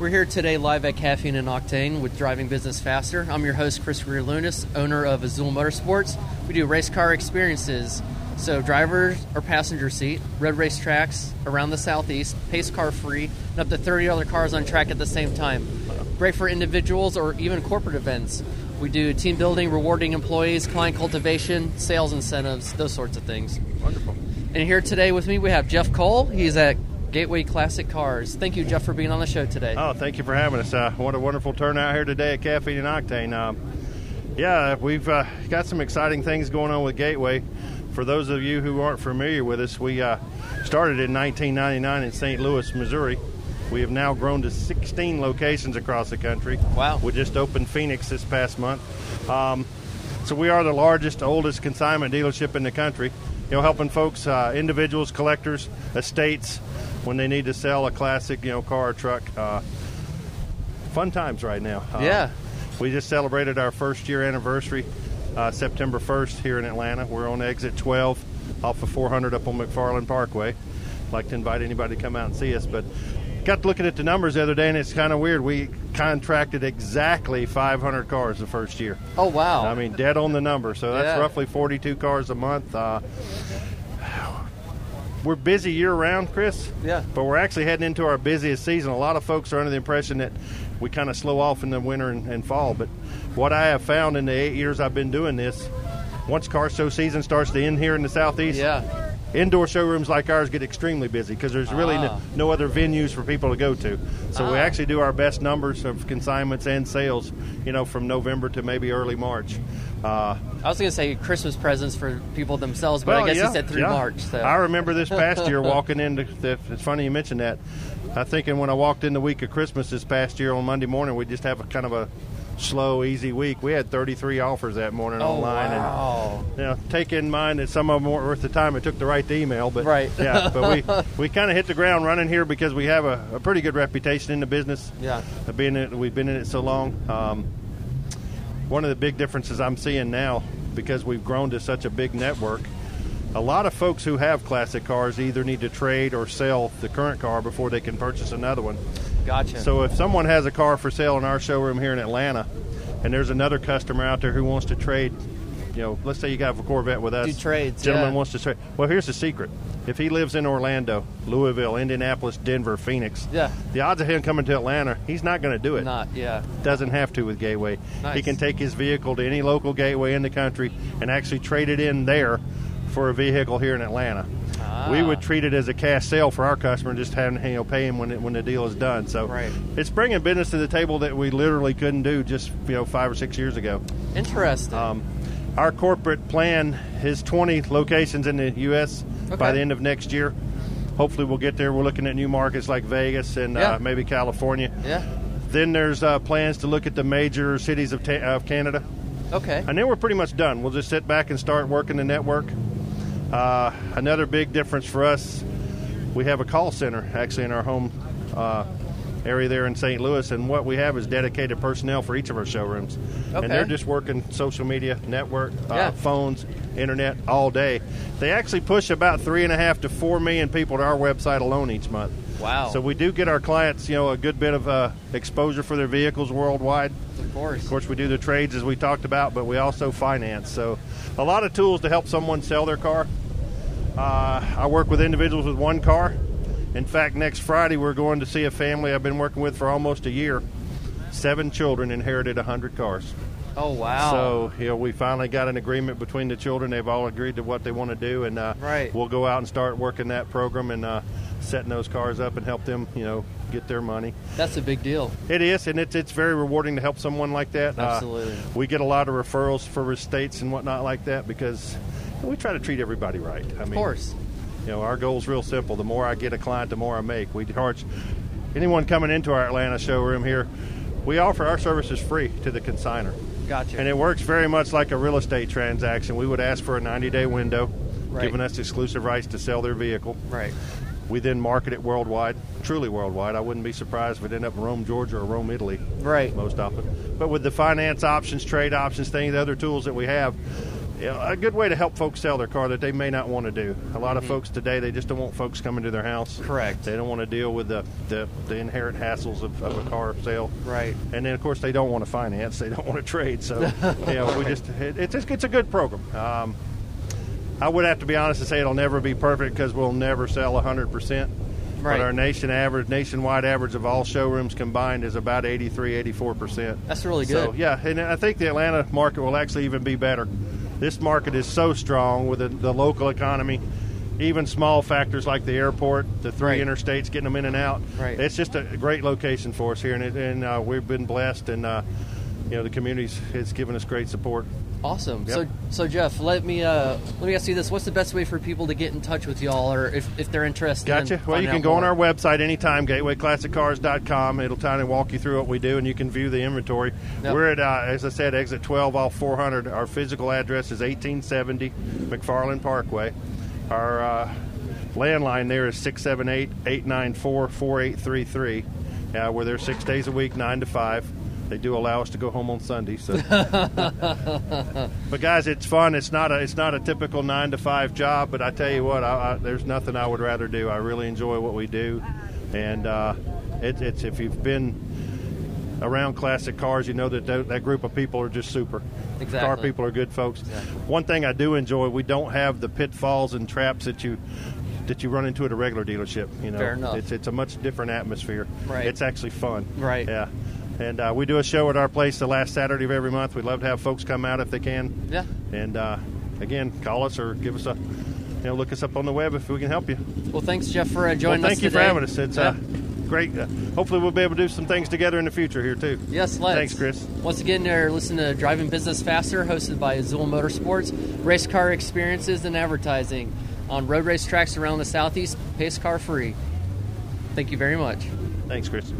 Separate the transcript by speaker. Speaker 1: We're here today live at Caffeine and Octane with Driving Business Faster. I'm your host, Chris Greer Lunas, owner of Azul Motorsports. We do race car experiences. So, driver or passenger seat, road race tracks around the southeast, pace car free, and up to 30 other cars on track at the same time. Break for individuals or even corporate events. We do team building, rewarding employees, client cultivation, sales incentives, those sorts of things.
Speaker 2: Wonderful.
Speaker 1: And here today with me, we have Jeff Cole. He's at Gateway Classic Cars. Thank you, Jeff, for being on the show today.
Speaker 2: Oh, thank you for having us. Uh, what a wonderful turnout here today at Caffeine and Octane. Um, yeah, we've uh, got some exciting things going on with Gateway. For those of you who aren't familiar with us, we uh, started in 1999 in St. Louis, Missouri. We have now grown to 16 locations across the country.
Speaker 1: Wow.
Speaker 2: We just opened Phoenix this past month. Um, so we are the largest, oldest consignment dealership in the country. You know, helping folks, uh, individuals, collectors, estates, when they need to sell a classic, you know, car or truck. Uh, fun times right now. Uh,
Speaker 1: Yeah.
Speaker 2: We just celebrated our first year anniversary, uh, September 1st here in Atlanta. We're on exit 12 off of 400 up on McFarland Parkway. Like to invite anybody to come out and see us, but got to looking at the numbers the other day, and it's kind of weird. We contracted exactly 500 cars the first year.
Speaker 1: Oh, wow.
Speaker 2: I mean, dead on the number. So that's
Speaker 1: Yeah.
Speaker 2: roughly 42 cars a month. Uh, we're busy year round, Chris.
Speaker 1: Yeah.
Speaker 2: But we're actually heading into our busiest season. A lot of folks are under the impression that we kind of slow off in the winter and, and fall. But what I have found in the eight years I've been doing this, once car show season starts to end here in the southeast,
Speaker 1: yeah.
Speaker 2: indoor showrooms like ours get extremely busy because there's really
Speaker 1: Ah.
Speaker 2: no, no other venues for people to go to. So we
Speaker 1: Ah.
Speaker 2: actually do our best numbers of consignments and sales, you know, from November to maybe early March. Uh,
Speaker 1: I was going to say Christmas presents for people themselves, but I guess
Speaker 2: yeah,
Speaker 1: you said through
Speaker 2: yeah.
Speaker 1: March. So.
Speaker 2: I remember this past year walking into. The, it's funny you mentioned that. I think, and when I walked in the week of Christmas this past year on Monday morning, we just have a kind of a slow, easy week. We had 33 offers that morning
Speaker 1: oh,
Speaker 2: online, and
Speaker 1: wow.
Speaker 2: you know, take in mind that some of them weren't worth the time it took to write the email, but
Speaker 1: Right.
Speaker 2: yeah, but we we kind of hit the ground running here because we have a, a pretty good reputation in the business.
Speaker 1: Yeah.
Speaker 2: Uh, being in it, we've been in it so long. Um, one of the big differences I'm seeing now because we've grown to such a big network. A lot of folks who have classic cars either need to trade or sell the current car before they can purchase another one.
Speaker 1: Gotcha.
Speaker 2: So if someone has a car for sale in our showroom here in Atlanta, and there's another customer out there who wants to trade, you know, let's say you got a Corvette with us.
Speaker 1: Do trades,
Speaker 2: Gentleman
Speaker 1: yeah.
Speaker 2: wants to trade. Well, here's the secret. If he lives in Orlando, Louisville, Indianapolis, Denver, Phoenix,
Speaker 1: Yeah.
Speaker 2: the odds of him coming to Atlanta, he's not going to do it.
Speaker 1: Not, yeah.
Speaker 2: Doesn't have to with Gateway.
Speaker 1: Nice.
Speaker 2: He can take his vehicle to any local gateway in the country and actually trade it in there for a vehicle here in Atlanta. We
Speaker 1: Ah.
Speaker 2: would treat it as a cash sale for our customer, just having you know, pay him when it, when the deal is done. So
Speaker 1: Right.
Speaker 2: it's bringing business to the table that we literally couldn't do just you know five or six years ago.
Speaker 1: Interesting.
Speaker 2: Um, our corporate plan is 20 locations in the U.S.
Speaker 1: Okay.
Speaker 2: by the end of next year. Hopefully, we'll get there. We're looking at new markets like Vegas and
Speaker 1: Yeah.
Speaker 2: uh, maybe California.
Speaker 1: yeah.
Speaker 2: Then there's uh, plans to look at the major cities of, ta- of Canada.
Speaker 1: Okay.
Speaker 2: And then we're pretty much done. We'll just sit back and start working the network. Uh, another big difference for us, we have a call center actually in our home uh, area there in St. Louis, and what we have is dedicated personnel for each of our showrooms.
Speaker 1: Okay.
Speaker 2: And they're just working social media, network, uh,
Speaker 1: Yeah.
Speaker 2: phones, internet all day. They actually push about three and a half to four million people to our website alone each month.
Speaker 1: Wow.
Speaker 2: So we do get our clients, you know, a good bit of uh, exposure for their vehicles worldwide.
Speaker 1: Of course.
Speaker 2: Of course, we do the trades as we talked about, but we also finance. So, a lot of tools to help someone sell their car. Uh, I work with individuals with one car. In fact, next Friday we're going to see a family I've been working with for almost a year. Seven children inherited 100 cars.
Speaker 1: Oh, wow.
Speaker 2: So, you know, we finally got an agreement between the children. They've all agreed to what they want to do, and uh,
Speaker 1: Right.
Speaker 2: we'll go out and start working that program and uh, setting those cars up and help them, you know, get their money.
Speaker 1: That's a big deal.
Speaker 2: It is, and it's it's very rewarding to help someone like that. Uh,
Speaker 1: Absolutely.
Speaker 2: we get a lot of referrals for estates and whatnot like that because we try to treat everybody right. I
Speaker 1: Of
Speaker 2: mean,
Speaker 1: course.
Speaker 2: you know, our goal's real simple. The more I get a client, the more I make. We charge anyone coming into our Atlanta showroom here. We offer our services free to the consigner.
Speaker 1: Gotcha.
Speaker 2: And it works very much like a real estate transaction. We would ask for a 90 day window,
Speaker 1: Right.
Speaker 2: giving us exclusive rights to sell their vehicle.
Speaker 1: right.
Speaker 2: We then market it worldwide, truly worldwide. I wouldn't be surprised if it ended up in Rome, Georgia, or Rome, Italy.
Speaker 1: Right.
Speaker 2: Most often. But with the finance options, trade options, things, the other tools that we have, you know, a good way to help folks sell their car that they may not want to do. A lot of folks today, they just don't want folks coming to their house.
Speaker 1: Mm-hmm. Correct.
Speaker 2: They don't want to deal with the, the, the inherent hassles of, of a car sale.
Speaker 1: Right.
Speaker 2: And then, of course, they don't want to finance. They don't want to trade. So, yeah, we just it, it's it's a good program. Um, I would have to be honest and say it'll never be perfect because we'll never sell 100%.
Speaker 1: Right.
Speaker 2: But our nation average, nationwide average of all showrooms combined is about 83, 84%.
Speaker 1: That's really
Speaker 2: So,
Speaker 1: good.
Speaker 2: yeah, and I think the Atlanta market will actually even be better. This market is so strong with the, the local economy, even small factors like the airport, the three
Speaker 1: Right.
Speaker 2: interstates getting them in and out.
Speaker 1: Right.
Speaker 2: It's just a great location for us here, and, it, and uh, we've been blessed, and uh, you know the community's has given us great support.
Speaker 1: Awesome.
Speaker 2: Yep.
Speaker 1: So, so Jeff, let me uh, let me ask you this: What's the best way for people to get in touch with y'all, or if, if they're interested? in
Speaker 2: Gotcha. Well, you
Speaker 1: finding out
Speaker 2: can go on
Speaker 1: more?
Speaker 2: our website anytime, gatewayclassiccars.com. It'll kind of walk you through what we do, and you can view the inventory.
Speaker 1: Yep.
Speaker 2: We're at, uh, as I said, exit 12 off 400. Our physical address is 1870 McFarland Parkway. Our uh, landline there is 678 894 4833. Uh, We're there six days a week, 9 to 5. They do allow us to go home on Sunday, so. But guys, it's fun. It's not a it's not a typical nine to five job. But I tell you what, I, I, there's nothing I would rather do. I really enjoy what we do, and uh, it, it's if you've been around classic cars, you know that tho- that group of people are just super. Car
Speaker 1: Exactly.
Speaker 2: people are good folks.
Speaker 1: Exactly.
Speaker 2: One thing I do enjoy, we don't have the pitfalls and traps that you that you run into at a regular dealership. You know,
Speaker 1: Fair enough.
Speaker 2: it's it's a much different atmosphere.
Speaker 1: Right.
Speaker 2: It's actually fun.
Speaker 1: Right.
Speaker 2: Yeah. And uh, we do a show at our place the last Saturday of every month. We'd love to have folks come out if they can.
Speaker 1: Yeah.
Speaker 2: And uh, again, call us or give us a, you know, look us up on the web if we can help you.
Speaker 1: Well, thanks, Jeff, for uh, joining
Speaker 2: well,
Speaker 1: us.
Speaker 2: thank you for
Speaker 1: today.
Speaker 2: having us. It's uh, great. Uh, hopefully, we'll be able to do some things together in the future here too.
Speaker 1: Yes, let's.
Speaker 2: Thanks, Chris.
Speaker 1: Once again, you're listening to Driving Business Faster, hosted by Azul Motorsports, race car experiences and advertising on road race tracks around the Southeast, pace car free. Thank you very much.
Speaker 2: Thanks, Chris.